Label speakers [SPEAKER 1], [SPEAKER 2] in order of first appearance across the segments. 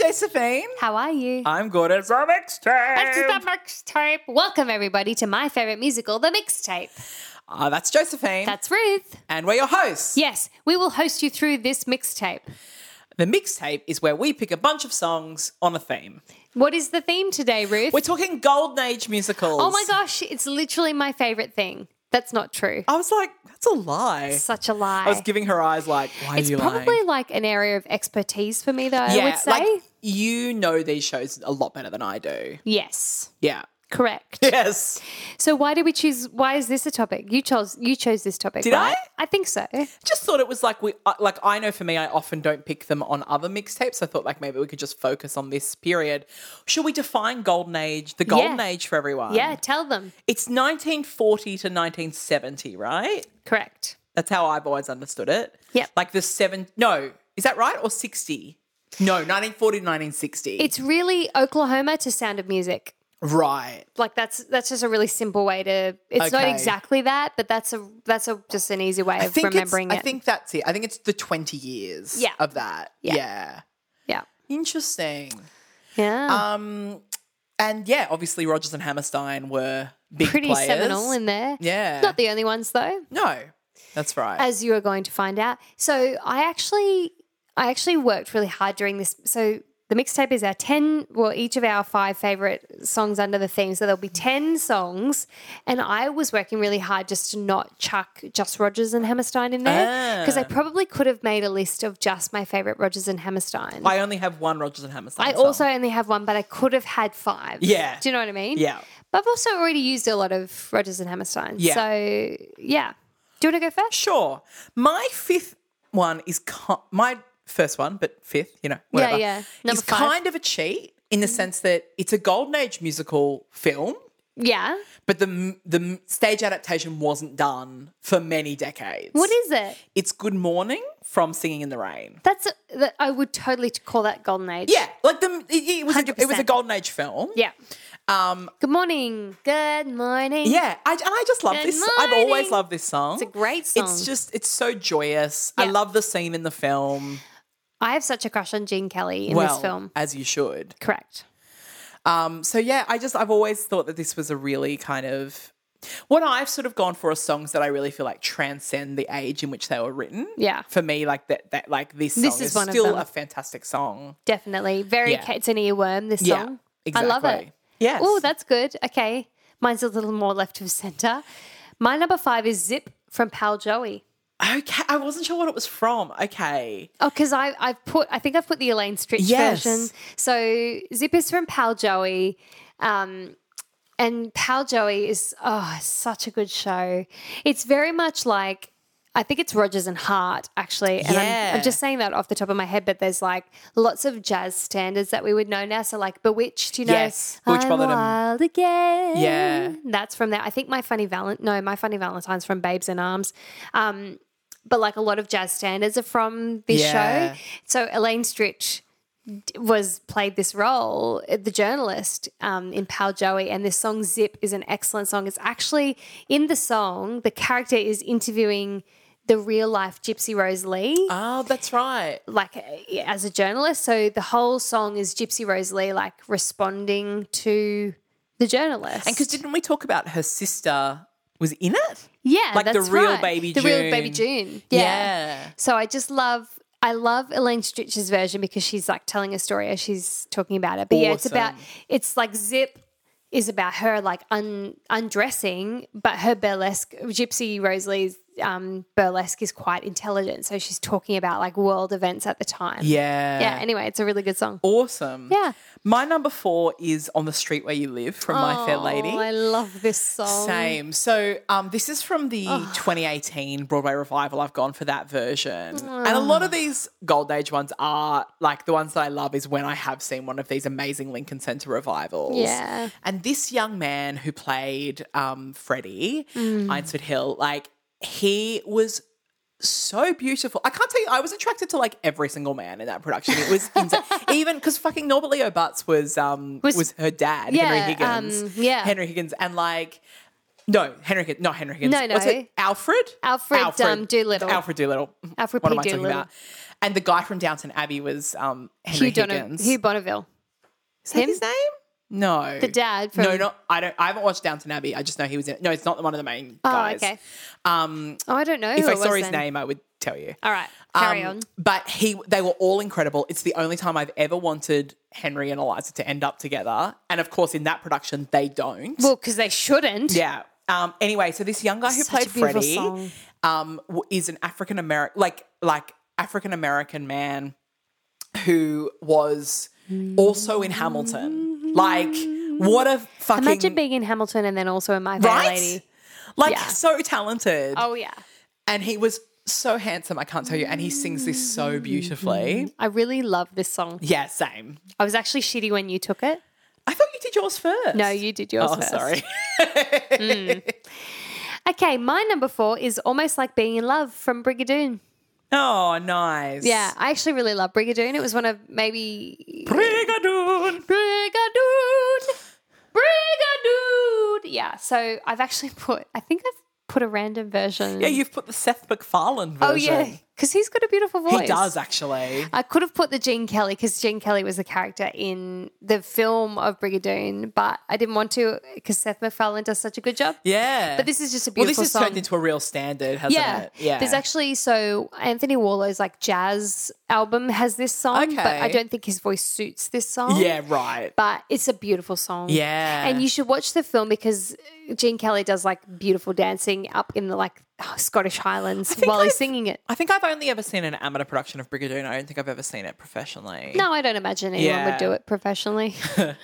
[SPEAKER 1] Jason Fain.
[SPEAKER 2] How are you?
[SPEAKER 1] I'm good at the
[SPEAKER 2] That's
[SPEAKER 1] mixtape.
[SPEAKER 2] the mixtape. Welcome everybody to my favorite musical, The Mixtape.
[SPEAKER 1] Uh, that's Josephine.
[SPEAKER 2] That's Ruth.
[SPEAKER 1] and we're your hosts.
[SPEAKER 2] Yes, we will host you through this mixtape.
[SPEAKER 1] The mixtape is where we pick a bunch of songs on a theme.
[SPEAKER 2] What is the theme today, Ruth?
[SPEAKER 1] We're talking Golden Age musicals.
[SPEAKER 2] oh my gosh, it's literally my favorite thing. That's not true.
[SPEAKER 1] I was like, that's a lie.
[SPEAKER 2] Such a lie.
[SPEAKER 1] I was giving her eyes like, why
[SPEAKER 2] it's
[SPEAKER 1] are you
[SPEAKER 2] probably
[SPEAKER 1] lying?
[SPEAKER 2] like an area of expertise for me, though. I
[SPEAKER 1] yeah,
[SPEAKER 2] would say
[SPEAKER 1] like you know these shows a lot better than I do.
[SPEAKER 2] yes,
[SPEAKER 1] Yeah.
[SPEAKER 2] correct.
[SPEAKER 1] Yes.
[SPEAKER 2] So why did we choose? Why is this a topic? You chose. You chose this topic.
[SPEAKER 1] Did I?
[SPEAKER 2] right? I think so.
[SPEAKER 1] Just thought it was like we uh, like I know for me I often don't pick them on other mixtapes. I thought like maybe we could just focus on this period. Should we define golden age? The golden age for everyone.
[SPEAKER 2] Yeah, tell them.
[SPEAKER 1] It's 1940 to 1970, right?
[SPEAKER 2] Correct.
[SPEAKER 1] That's how I've always understood it.
[SPEAKER 2] Yep.
[SPEAKER 1] Like the seven No, is that right or 60? No, 1940 to 1960.
[SPEAKER 2] It's really Oklahoma to Sound of Music.
[SPEAKER 1] right.
[SPEAKER 2] Like that's that's just a really simple way to. It's not
[SPEAKER 1] Okay.
[SPEAKER 2] exactly that, but that's a that's a just an easy way
[SPEAKER 1] I
[SPEAKER 2] of
[SPEAKER 1] think it's,
[SPEAKER 2] remembering
[SPEAKER 1] I
[SPEAKER 2] it.
[SPEAKER 1] think that's it. I think it's the 20 years
[SPEAKER 2] Yeah.
[SPEAKER 1] of that.
[SPEAKER 2] Yeah.
[SPEAKER 1] yeah.
[SPEAKER 2] yeah,
[SPEAKER 1] Interesting.
[SPEAKER 2] yeah,
[SPEAKER 1] Um, and yeah, obviously Rogers and Hammerstein were big
[SPEAKER 2] pretty
[SPEAKER 1] players.
[SPEAKER 2] seminal in there.
[SPEAKER 1] yeah.
[SPEAKER 2] Not the only ones though.
[SPEAKER 1] no, that's right.
[SPEAKER 2] as you are going to find out. So I actually, I actually worked really hard during this. So the mixtape is our ten, well, each of our five favorite songs under the theme. So there'll be ten songs, and I was working really hard just to not chuck just Rogers and Hammerstein in there
[SPEAKER 1] Ah.
[SPEAKER 2] because I probably could have made a list of just my favorite Rogers and Hammerstein. I,
[SPEAKER 1] I only have one Rogers and Hammerstein. song.
[SPEAKER 2] also only have one, but I could have had five.
[SPEAKER 1] Yeah.
[SPEAKER 2] do you know what I mean?
[SPEAKER 1] yeah.
[SPEAKER 2] but I've also already used a lot of Rogers and Hammerstein.
[SPEAKER 1] Yeah.
[SPEAKER 2] so yeah. Do you want to go first?
[SPEAKER 1] Sure. My fifth one is ki- my first one, but fifth, you know, whatever.
[SPEAKER 2] yeah. Number
[SPEAKER 1] is
[SPEAKER 2] five. Mm.
[SPEAKER 1] kind of a cheat in the sense that it's a golden age musical film,
[SPEAKER 2] Yeah.
[SPEAKER 1] but the m- the m- stage adaptation wasn't done for many decades.
[SPEAKER 2] What is it?
[SPEAKER 1] It's Good Morning from Singing in the Rain.
[SPEAKER 2] That's that I would totally call that golden age.
[SPEAKER 1] Yeah, like the it, it was a, it was a
[SPEAKER 2] 100%.
[SPEAKER 1] golden age film.
[SPEAKER 2] Yeah. Um, good morning. Good morning.
[SPEAKER 1] Yeah, I, and I just love
[SPEAKER 2] Good
[SPEAKER 1] this. I've always
[SPEAKER 2] morning.
[SPEAKER 1] loved this song. It's
[SPEAKER 2] a great song.
[SPEAKER 1] It's just it's so joyous. I
[SPEAKER 2] Yeah.
[SPEAKER 1] love the scene in the film.
[SPEAKER 2] I have such a crush on Gene Kelly in
[SPEAKER 1] well,
[SPEAKER 2] this film.
[SPEAKER 1] as you should.
[SPEAKER 2] Correct.
[SPEAKER 1] Um, so yeah, I just I've always thought that this was a really kind of what I've sort of gone for are songs that I really feel like transcend the age in which they were written.
[SPEAKER 2] Yeah.
[SPEAKER 1] For me, like that that like this song
[SPEAKER 2] This
[SPEAKER 1] is,
[SPEAKER 2] is one of
[SPEAKER 1] still
[SPEAKER 2] them.
[SPEAKER 1] a fantastic song.
[SPEAKER 2] Definitely. Very
[SPEAKER 1] Yeah.
[SPEAKER 2] it's an earworm, this
[SPEAKER 1] Yeah,
[SPEAKER 2] song.
[SPEAKER 1] exactly.
[SPEAKER 2] I love it.
[SPEAKER 1] Yes.
[SPEAKER 2] Oh, that's good. Okay. Mine's a little more left of center. My number five is Zip from Pal Joey.
[SPEAKER 1] Okay. I wasn't sure what it was from. Okay.
[SPEAKER 2] Oh, because I I've put I think I've put the Elaine Stritch
[SPEAKER 1] Yes.
[SPEAKER 2] version. So Zip is from Pal Joey. Um and Pal Joey is oh such a good show. It's very much like I think it's Rogers and Hart actually, and
[SPEAKER 1] Yeah.
[SPEAKER 2] I'm, I'm just saying that off the top of my head. But there's like lots of jazz standards that we would know now. So like Bewitched, you know,
[SPEAKER 1] Yes, Bewitched
[SPEAKER 2] I'm
[SPEAKER 1] by the-
[SPEAKER 2] wild again.
[SPEAKER 1] Yeah.
[SPEAKER 2] that's from there. I think my funny Valent, no, my funny Valentine's from Babes in Arms. Um, but like a lot of jazz standards are from this
[SPEAKER 1] Yeah.
[SPEAKER 2] show. So Elaine Stritch d- was played this role, uh, the journalist um, in Pal Joey, and this song "Zip" is an excellent song. It's actually in the song the character is interviewing the real life Gypsy Rose Lee
[SPEAKER 1] Oh, that's right.
[SPEAKER 2] like uh, as a journalist. So the whole song is Gypsy Rose Lee like responding to the journalist.
[SPEAKER 1] Because didn't we talk about her sister was in it?
[SPEAKER 2] yeah,
[SPEAKER 1] like the
[SPEAKER 2] that's
[SPEAKER 1] real
[SPEAKER 2] right.
[SPEAKER 1] Baby
[SPEAKER 2] the real baby
[SPEAKER 1] June.
[SPEAKER 2] June. Yeah. So I just love. I love Elaine Stritch's version because she's like telling a story as she's talking about it. But yeah, it's
[SPEAKER 1] Awesome.
[SPEAKER 2] about it's like Zip is about her like un, undressing, but her burlesque Gypsy Rosalie's um, burlesque is quite intelligent. So she's talking about like world events at the time.
[SPEAKER 1] Yeah.
[SPEAKER 2] Yeah. Anyway, it's a really good song.
[SPEAKER 1] awesome.
[SPEAKER 2] Yeah.
[SPEAKER 1] My number four is On the Street Where You Live from My Fair Lady.
[SPEAKER 2] Oh, I love this song.
[SPEAKER 1] Same. So um, this is from the 2018 Broadway revival. I've gone for that version, and a lot of these Gold Age ones are like the ones that I love is when I have seen one of these amazing Lincoln Center revivals.
[SPEAKER 2] Yeah.
[SPEAKER 1] And this young man who played um, Freddie
[SPEAKER 2] Mm.
[SPEAKER 1] Einsford Hill, like he was. So beautiful. I can't tell you. I was attracted to like every single man in that production. It was insane. even because fucking Norbert Leo Butts was um was,
[SPEAKER 2] Was-
[SPEAKER 1] her dad,
[SPEAKER 2] Yeah,
[SPEAKER 1] Henry Higgins.
[SPEAKER 2] um, yeah.
[SPEAKER 1] Henry Higgins, and like no, Henry Higgins, not Henry Higgins.
[SPEAKER 2] No,
[SPEAKER 1] What's
[SPEAKER 2] no.
[SPEAKER 1] it? Alfred?
[SPEAKER 2] Alfred, um, Doolittle.
[SPEAKER 1] Alfred Doolittle. Mm-hmm.
[SPEAKER 2] Alfred
[SPEAKER 1] what
[SPEAKER 2] P.
[SPEAKER 1] am I talking
[SPEAKER 2] Doolittle.
[SPEAKER 1] about? And the guy from Downton Abbey was um, Henry
[SPEAKER 2] Hugh, Dono-
[SPEAKER 1] Higgins.
[SPEAKER 2] Hugh Bonneville,
[SPEAKER 1] Is that
[SPEAKER 2] him?
[SPEAKER 1] his name? No.
[SPEAKER 2] the dad from.
[SPEAKER 1] no, no, I don't. I haven't watched Downton Abbey. I just know he was in. it. No, it's not one of the main
[SPEAKER 2] oh,
[SPEAKER 1] guys.
[SPEAKER 2] okay.
[SPEAKER 1] Um,
[SPEAKER 2] Oh, I don't know.
[SPEAKER 1] if
[SPEAKER 2] who
[SPEAKER 1] I
[SPEAKER 2] it
[SPEAKER 1] saw
[SPEAKER 2] was
[SPEAKER 1] his
[SPEAKER 2] then.
[SPEAKER 1] name, I would tell you.
[SPEAKER 2] All right, carry
[SPEAKER 1] Um,
[SPEAKER 2] on.
[SPEAKER 1] But he, they were all incredible. It's the only time I've ever wanted Henry and Eliza to end up together, and of course, in that production, they don't.
[SPEAKER 2] Well, because they shouldn't.
[SPEAKER 1] yeah. Um, anyway, so this young guy who
[SPEAKER 2] Such a
[SPEAKER 1] played
[SPEAKER 2] beautiful
[SPEAKER 1] Freddie
[SPEAKER 2] song.
[SPEAKER 1] um, w- is an African American, like like African American man who was also in Hamilton. Like, what a fucking
[SPEAKER 2] Imagine being in Hamilton and then also in My Fair
[SPEAKER 1] right?
[SPEAKER 2] Lady.
[SPEAKER 1] Like,
[SPEAKER 2] Yeah.
[SPEAKER 1] so talented,
[SPEAKER 2] Oh yeah.
[SPEAKER 1] and he was so handsome. I can't tell you, and he sings this so beautifully.
[SPEAKER 2] I really love this song.
[SPEAKER 1] Yeah, same.
[SPEAKER 2] I was actually shitty when you took it.
[SPEAKER 1] I thought you did yours first.
[SPEAKER 2] No, you did yours
[SPEAKER 1] Oh,
[SPEAKER 2] first.
[SPEAKER 1] sorry.
[SPEAKER 2] Okay, my number four is almost like being in love from Brigadoon.
[SPEAKER 1] Oh, nice.
[SPEAKER 2] Yeah, I actually really love Brigadoon. It was one of maybe
[SPEAKER 1] Brigadoon.
[SPEAKER 2] Brigadoon, Brigadoon. Yeah, so I've actually put. I think I've put a random version.
[SPEAKER 1] Yeah, you've put the Seth MacFarlane version.
[SPEAKER 2] oh yeah, because he's got a beautiful voice.
[SPEAKER 1] He does actually.
[SPEAKER 2] I could have put the Gene Kelly because Gene Kelly was the character in the film of Brigadoon, but I didn't want to because Seth MacFarlane does such a good job.
[SPEAKER 1] Yeah.
[SPEAKER 2] But this is just a
[SPEAKER 1] well, this
[SPEAKER 2] beautiful
[SPEAKER 1] has
[SPEAKER 2] song.
[SPEAKER 1] turned into a real standard, hasn't
[SPEAKER 2] yeah,
[SPEAKER 1] it? Yeah.
[SPEAKER 2] There's actually so Anthony Warlow's like jazz album has this song, but I
[SPEAKER 1] Okay.
[SPEAKER 2] don't think his voice suits this song.
[SPEAKER 1] Yeah, right.
[SPEAKER 2] but it's a beautiful song.
[SPEAKER 1] Yeah.
[SPEAKER 2] and you should watch the film because Gene Kelly does like beautiful dancing up in the like Scottish Highlands
[SPEAKER 1] think
[SPEAKER 2] while he's
[SPEAKER 1] I've-
[SPEAKER 2] singing it.
[SPEAKER 1] I think I've only ever seen an amateur production of Brigadoon. I don't think I've ever seen it professionally.
[SPEAKER 2] No, I don't imagine anyone
[SPEAKER 1] Yeah.
[SPEAKER 2] would do it professionally.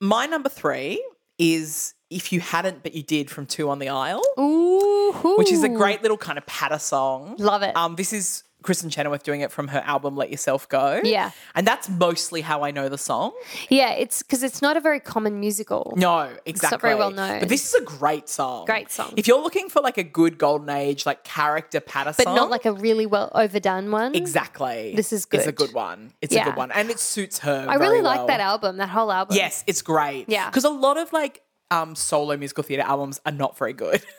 [SPEAKER 1] My number three is If You Hadn't But You Did from Two on the Isle,
[SPEAKER 2] Ooh,
[SPEAKER 1] which is a great little kind of patter song.
[SPEAKER 2] Love it.
[SPEAKER 1] Um, this is Kristen Chenoweth doing it from her album Let Yourself Go.
[SPEAKER 2] Yeah.
[SPEAKER 1] And that's mostly how I know the song.
[SPEAKER 2] Yeah, it's because it's not a very common musical.
[SPEAKER 1] No, exactly.
[SPEAKER 2] not very well known.
[SPEAKER 1] But this is a great song.
[SPEAKER 2] Great song.
[SPEAKER 1] If you're looking for like a good golden age, like character patter
[SPEAKER 2] But
[SPEAKER 1] song.
[SPEAKER 2] not like a really well overdone one.
[SPEAKER 1] Exactly.
[SPEAKER 2] This is
[SPEAKER 1] It's a
[SPEAKER 2] good.
[SPEAKER 1] good one. It's a
[SPEAKER 2] Yeah.
[SPEAKER 1] good one. And it suits her.
[SPEAKER 2] I really like
[SPEAKER 1] well.
[SPEAKER 2] that album, that whole album.
[SPEAKER 1] Yes, it's great.
[SPEAKER 2] Yeah.
[SPEAKER 1] Because a lot of like um, solo musical theatre albums are not very good.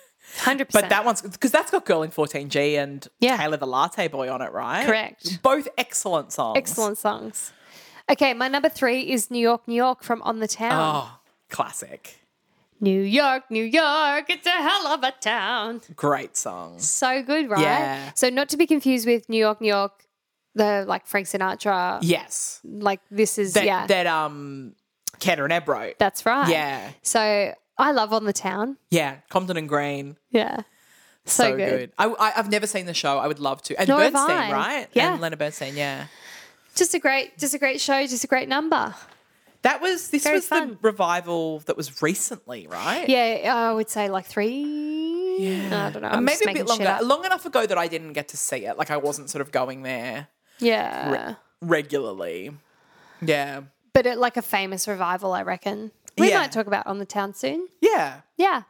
[SPEAKER 2] 100%.
[SPEAKER 1] But that one's because that's got Girl in 14G and
[SPEAKER 2] Yeah.
[SPEAKER 1] Taylor the Latte Boy on it, right?
[SPEAKER 2] Correct.
[SPEAKER 1] Both excellent songs.
[SPEAKER 2] Excellent songs. Okay, my number three is New York, New York from On the Town.
[SPEAKER 1] Oh, classic.
[SPEAKER 2] New York, New York, it's a hell of a town.
[SPEAKER 1] Great song.
[SPEAKER 2] So good, right?
[SPEAKER 1] Yeah.
[SPEAKER 2] So, not to be confused with New York, New York, the like Frank Sinatra.
[SPEAKER 1] Yes.
[SPEAKER 2] Like, this is,
[SPEAKER 1] That,
[SPEAKER 2] yeah.
[SPEAKER 1] that um, Keter and Ebro.
[SPEAKER 2] that's right.
[SPEAKER 1] Yeah.
[SPEAKER 2] So, I love On the Town.
[SPEAKER 1] Yeah. Compton and Green.
[SPEAKER 2] Yeah. So,
[SPEAKER 1] So good. I, I, I've never seen the show. I would love to. And
[SPEAKER 2] Nor have
[SPEAKER 1] Bernstein,
[SPEAKER 2] I.
[SPEAKER 1] right?
[SPEAKER 2] Yeah.
[SPEAKER 1] And Leonard Bernstein, yeah.
[SPEAKER 2] just a great just a great show just a great number
[SPEAKER 1] That was this
[SPEAKER 2] Very
[SPEAKER 1] was the
[SPEAKER 2] fun.
[SPEAKER 1] revival that was recently, right?
[SPEAKER 2] yeah i would say like three i don't know
[SPEAKER 1] Uh,
[SPEAKER 2] I'm
[SPEAKER 1] maybe
[SPEAKER 2] just
[SPEAKER 1] a bit
[SPEAKER 2] making shit
[SPEAKER 1] longer,
[SPEAKER 2] up.
[SPEAKER 1] long enough ago that I didn't get to see it. Like I wasn't sort of going there
[SPEAKER 2] yeah
[SPEAKER 1] regularly. Yeah,
[SPEAKER 2] but it, like a famous revival i reckon we
[SPEAKER 1] Yeah.
[SPEAKER 2] might talk about on the town soon
[SPEAKER 1] yeah.
[SPEAKER 2] yeah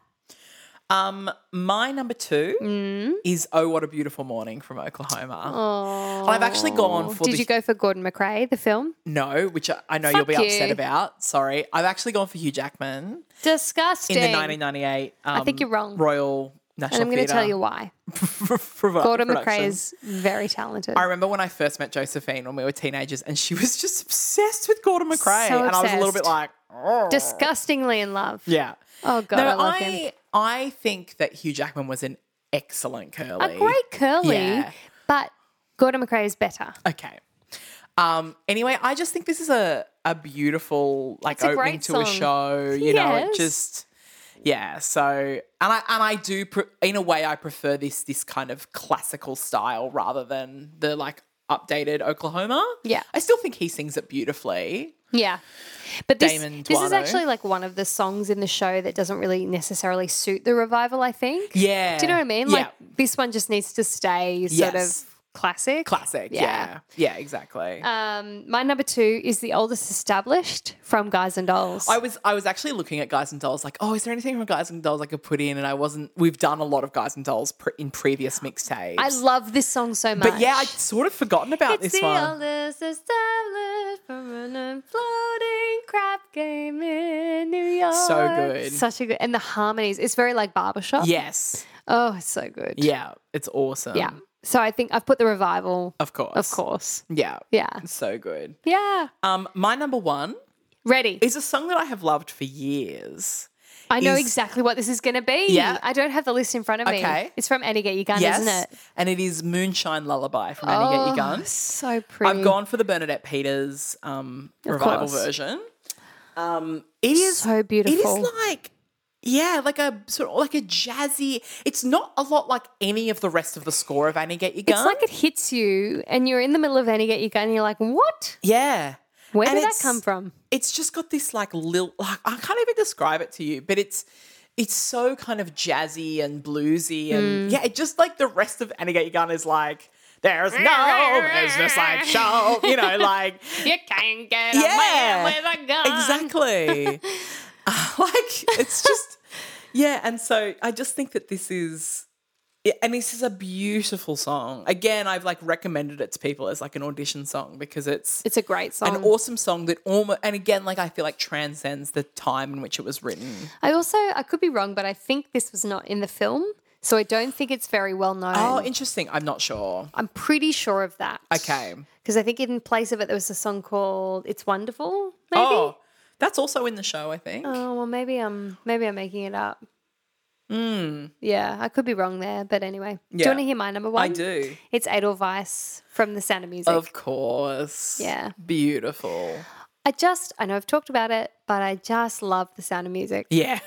[SPEAKER 1] Um, my number two
[SPEAKER 2] Mm.
[SPEAKER 1] is "Oh What a Beautiful Morning" from Oklahoma. And I've actually gone for
[SPEAKER 2] did
[SPEAKER 1] the
[SPEAKER 2] you go for gordon mccrae the film
[SPEAKER 1] no, which I, I know you'll be
[SPEAKER 2] Fuck
[SPEAKER 1] upset
[SPEAKER 2] you.
[SPEAKER 1] about. Sorry, I've actually gone for Hugh Jackman
[SPEAKER 2] disgusting
[SPEAKER 1] in the 1998. Um,
[SPEAKER 2] think you're wrong.
[SPEAKER 1] Royal
[SPEAKER 2] and
[SPEAKER 1] National
[SPEAKER 2] i'm going to
[SPEAKER 1] Theatre
[SPEAKER 2] tell you why
[SPEAKER 1] Provi-
[SPEAKER 2] gordon mccrae
[SPEAKER 1] production.
[SPEAKER 2] is very talented
[SPEAKER 1] I remember when I first met Josephine when we were teenagers, and she was just obsessed with Gordon McRae,
[SPEAKER 2] So
[SPEAKER 1] and I was a little bit
[SPEAKER 2] obsessed.
[SPEAKER 1] like, oh.
[SPEAKER 2] disgustingly in love
[SPEAKER 1] yeah.
[SPEAKER 2] oh god
[SPEAKER 1] no,
[SPEAKER 2] i love
[SPEAKER 1] I
[SPEAKER 2] him
[SPEAKER 1] I think that Hugh Jackman was an excellent curly.
[SPEAKER 2] a great curly
[SPEAKER 1] Yeah.
[SPEAKER 2] but gordon mccrae is better
[SPEAKER 1] Okay. Um. Anyway, I just think this is a a beautiful like
[SPEAKER 2] a
[SPEAKER 1] opening
[SPEAKER 2] great
[SPEAKER 1] to a
[SPEAKER 2] song.
[SPEAKER 1] show. You know, it
[SPEAKER 2] Yes.
[SPEAKER 1] just. Yeah, so and I and I do pre- in a way I prefer this this kind of classical style rather than the like updated Oklahoma.
[SPEAKER 2] Yeah.
[SPEAKER 1] I still think he sings it beautifully.
[SPEAKER 2] Yeah. But this,
[SPEAKER 1] Damon
[SPEAKER 2] this is
[SPEAKER 1] Duano.
[SPEAKER 2] actually like one of the songs in the show that doesn't really necessarily suit the revival, I think.
[SPEAKER 1] Yeah.
[SPEAKER 2] Do you know what I mean?
[SPEAKER 1] Yeah.
[SPEAKER 2] Like this one just needs to stay sort
[SPEAKER 1] Yes.
[SPEAKER 2] of classic.
[SPEAKER 1] Classic. Yeah. Yeah, exactly.
[SPEAKER 2] Um, my number two is the oldest established from Guys and Dolls.
[SPEAKER 1] I was I was actually looking at Guys and Dolls like, oh, is there anything from Guys and Dolls I could put in? And I wasn't. We've done a lot of Guys and Dolls pre- in previous mixtapes.
[SPEAKER 2] I love this song so much.
[SPEAKER 1] But yeah, I'd sort of forgotten about
[SPEAKER 2] it's
[SPEAKER 1] this
[SPEAKER 2] the uh,
[SPEAKER 1] one.
[SPEAKER 2] oldest established from an imploding crap game in New York.
[SPEAKER 1] So good.
[SPEAKER 2] Such a good and the harmonies. It's very like barbershop.
[SPEAKER 1] yes.
[SPEAKER 2] Oh, it's so good.
[SPEAKER 1] Yeah. It's awesome.
[SPEAKER 2] Yeah. So I think I've put the revival,
[SPEAKER 1] Of course.
[SPEAKER 2] of course.
[SPEAKER 1] Yeah.
[SPEAKER 2] Yeah.
[SPEAKER 1] So good.
[SPEAKER 2] Yeah.
[SPEAKER 1] Um, my number one
[SPEAKER 2] Ready.
[SPEAKER 1] is a song that I have loved for years.
[SPEAKER 2] I know
[SPEAKER 1] is-
[SPEAKER 2] exactly what this is going to be.
[SPEAKER 1] Yeah.
[SPEAKER 2] I don't have the list in front of me.
[SPEAKER 1] Okay.
[SPEAKER 2] It's from Any Get Your Gun,
[SPEAKER 1] Yes.
[SPEAKER 2] isn't it? Oh.
[SPEAKER 1] And it is Moonshine Lullaby from Annie Get Your Gun.
[SPEAKER 2] So pretty.
[SPEAKER 1] I've gone for the Bernadette Peters um, revival
[SPEAKER 2] course.
[SPEAKER 1] version. Um, it is
[SPEAKER 2] So beautiful.
[SPEAKER 1] It is like yeah, like a sort of like a jazzy. It's not a lot like any of the rest of the score of Annie Get Your Gun.
[SPEAKER 2] It's like it hits you and you're in the middle of Any Get Your Gun and you're like, what?
[SPEAKER 1] yeah.
[SPEAKER 2] Where
[SPEAKER 1] And
[SPEAKER 2] did that
[SPEAKER 1] it's-
[SPEAKER 2] come from?
[SPEAKER 1] It's just got this like lil like I can't even describe it to you, but it's it's so kind of jazzy and bluesy and
[SPEAKER 2] Hmm.
[SPEAKER 1] yeah, it just like the rest of Annie Get Your Gun is like there's no business like show, you know, like
[SPEAKER 2] You can't get
[SPEAKER 1] Yeah.
[SPEAKER 2] with a gun.
[SPEAKER 1] Exactly. Uh, like it's just yeah, and so I just think that this is yeah, and this is a beautiful song. Again, I've like recommended it to people as like an audition song because it's
[SPEAKER 2] It's a great song.
[SPEAKER 1] an awesome song that almost and again like I feel like transcends the time in which it was written.
[SPEAKER 2] I also, I could be wrong, but I think this was not in the film. So I don't think it's very well known.
[SPEAKER 1] Oh, interesting. I'm not sure.
[SPEAKER 2] I'm pretty sure of that.
[SPEAKER 1] Okay.
[SPEAKER 2] Because I think in place of it, there was a song called It's Wonderful, maybe?
[SPEAKER 1] Oh, that's also in the show, I think.
[SPEAKER 2] Oh well, maybe I'm maybe I'm making it up. Mm. Yeah, I could be wrong there, but anyway. Do you
[SPEAKER 1] Hmm. Yeah.
[SPEAKER 2] want to hear my number one?
[SPEAKER 1] I do.
[SPEAKER 2] It's Edelweiss from The Sound of Music.
[SPEAKER 1] Of course.
[SPEAKER 2] Yeah.
[SPEAKER 1] Beautiful.
[SPEAKER 2] I just I know I've talked about it, but I just love The Sound of Music,
[SPEAKER 1] Yeah.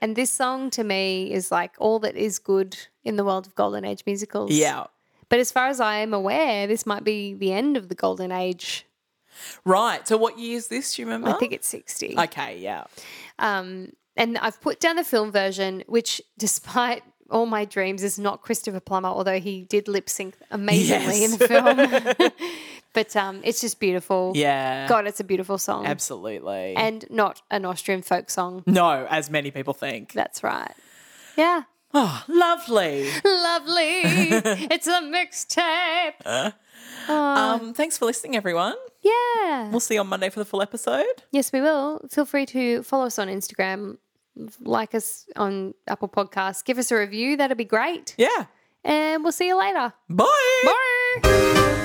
[SPEAKER 2] and this song to me is like all that is good in the world of golden age musicals.
[SPEAKER 1] Yeah.
[SPEAKER 2] But as far as I am aware, this might be the end of the golden age.
[SPEAKER 1] Right. So what year is this? Do you remember?
[SPEAKER 2] I think it's sixty.
[SPEAKER 1] Okay, yeah.
[SPEAKER 2] Um, and I've put down the film version, which, despite all my dreams, is not Christopher Plummer, although he did lip sync amazingly
[SPEAKER 1] Yes.
[SPEAKER 2] in the film. but um, it's just beautiful.
[SPEAKER 1] Yeah.
[SPEAKER 2] God, it's a beautiful song.
[SPEAKER 1] Absolutely.
[SPEAKER 2] And not an Austrian folk song.
[SPEAKER 1] no, as many people think.
[SPEAKER 2] That's right. Yeah.
[SPEAKER 1] Oh, lovely.
[SPEAKER 2] Lovely. it's a mixtape.
[SPEAKER 1] Um, thanks for listening, everyone.
[SPEAKER 2] Yeah.
[SPEAKER 1] We'll see you on Monday for the full episode.
[SPEAKER 2] Yes, we will. Feel free to follow us on Instagram, like us on Apple Podcasts, give us a review. That'd be great.
[SPEAKER 1] Yeah.
[SPEAKER 2] And we'll see you later.
[SPEAKER 1] Bye.
[SPEAKER 2] Bye.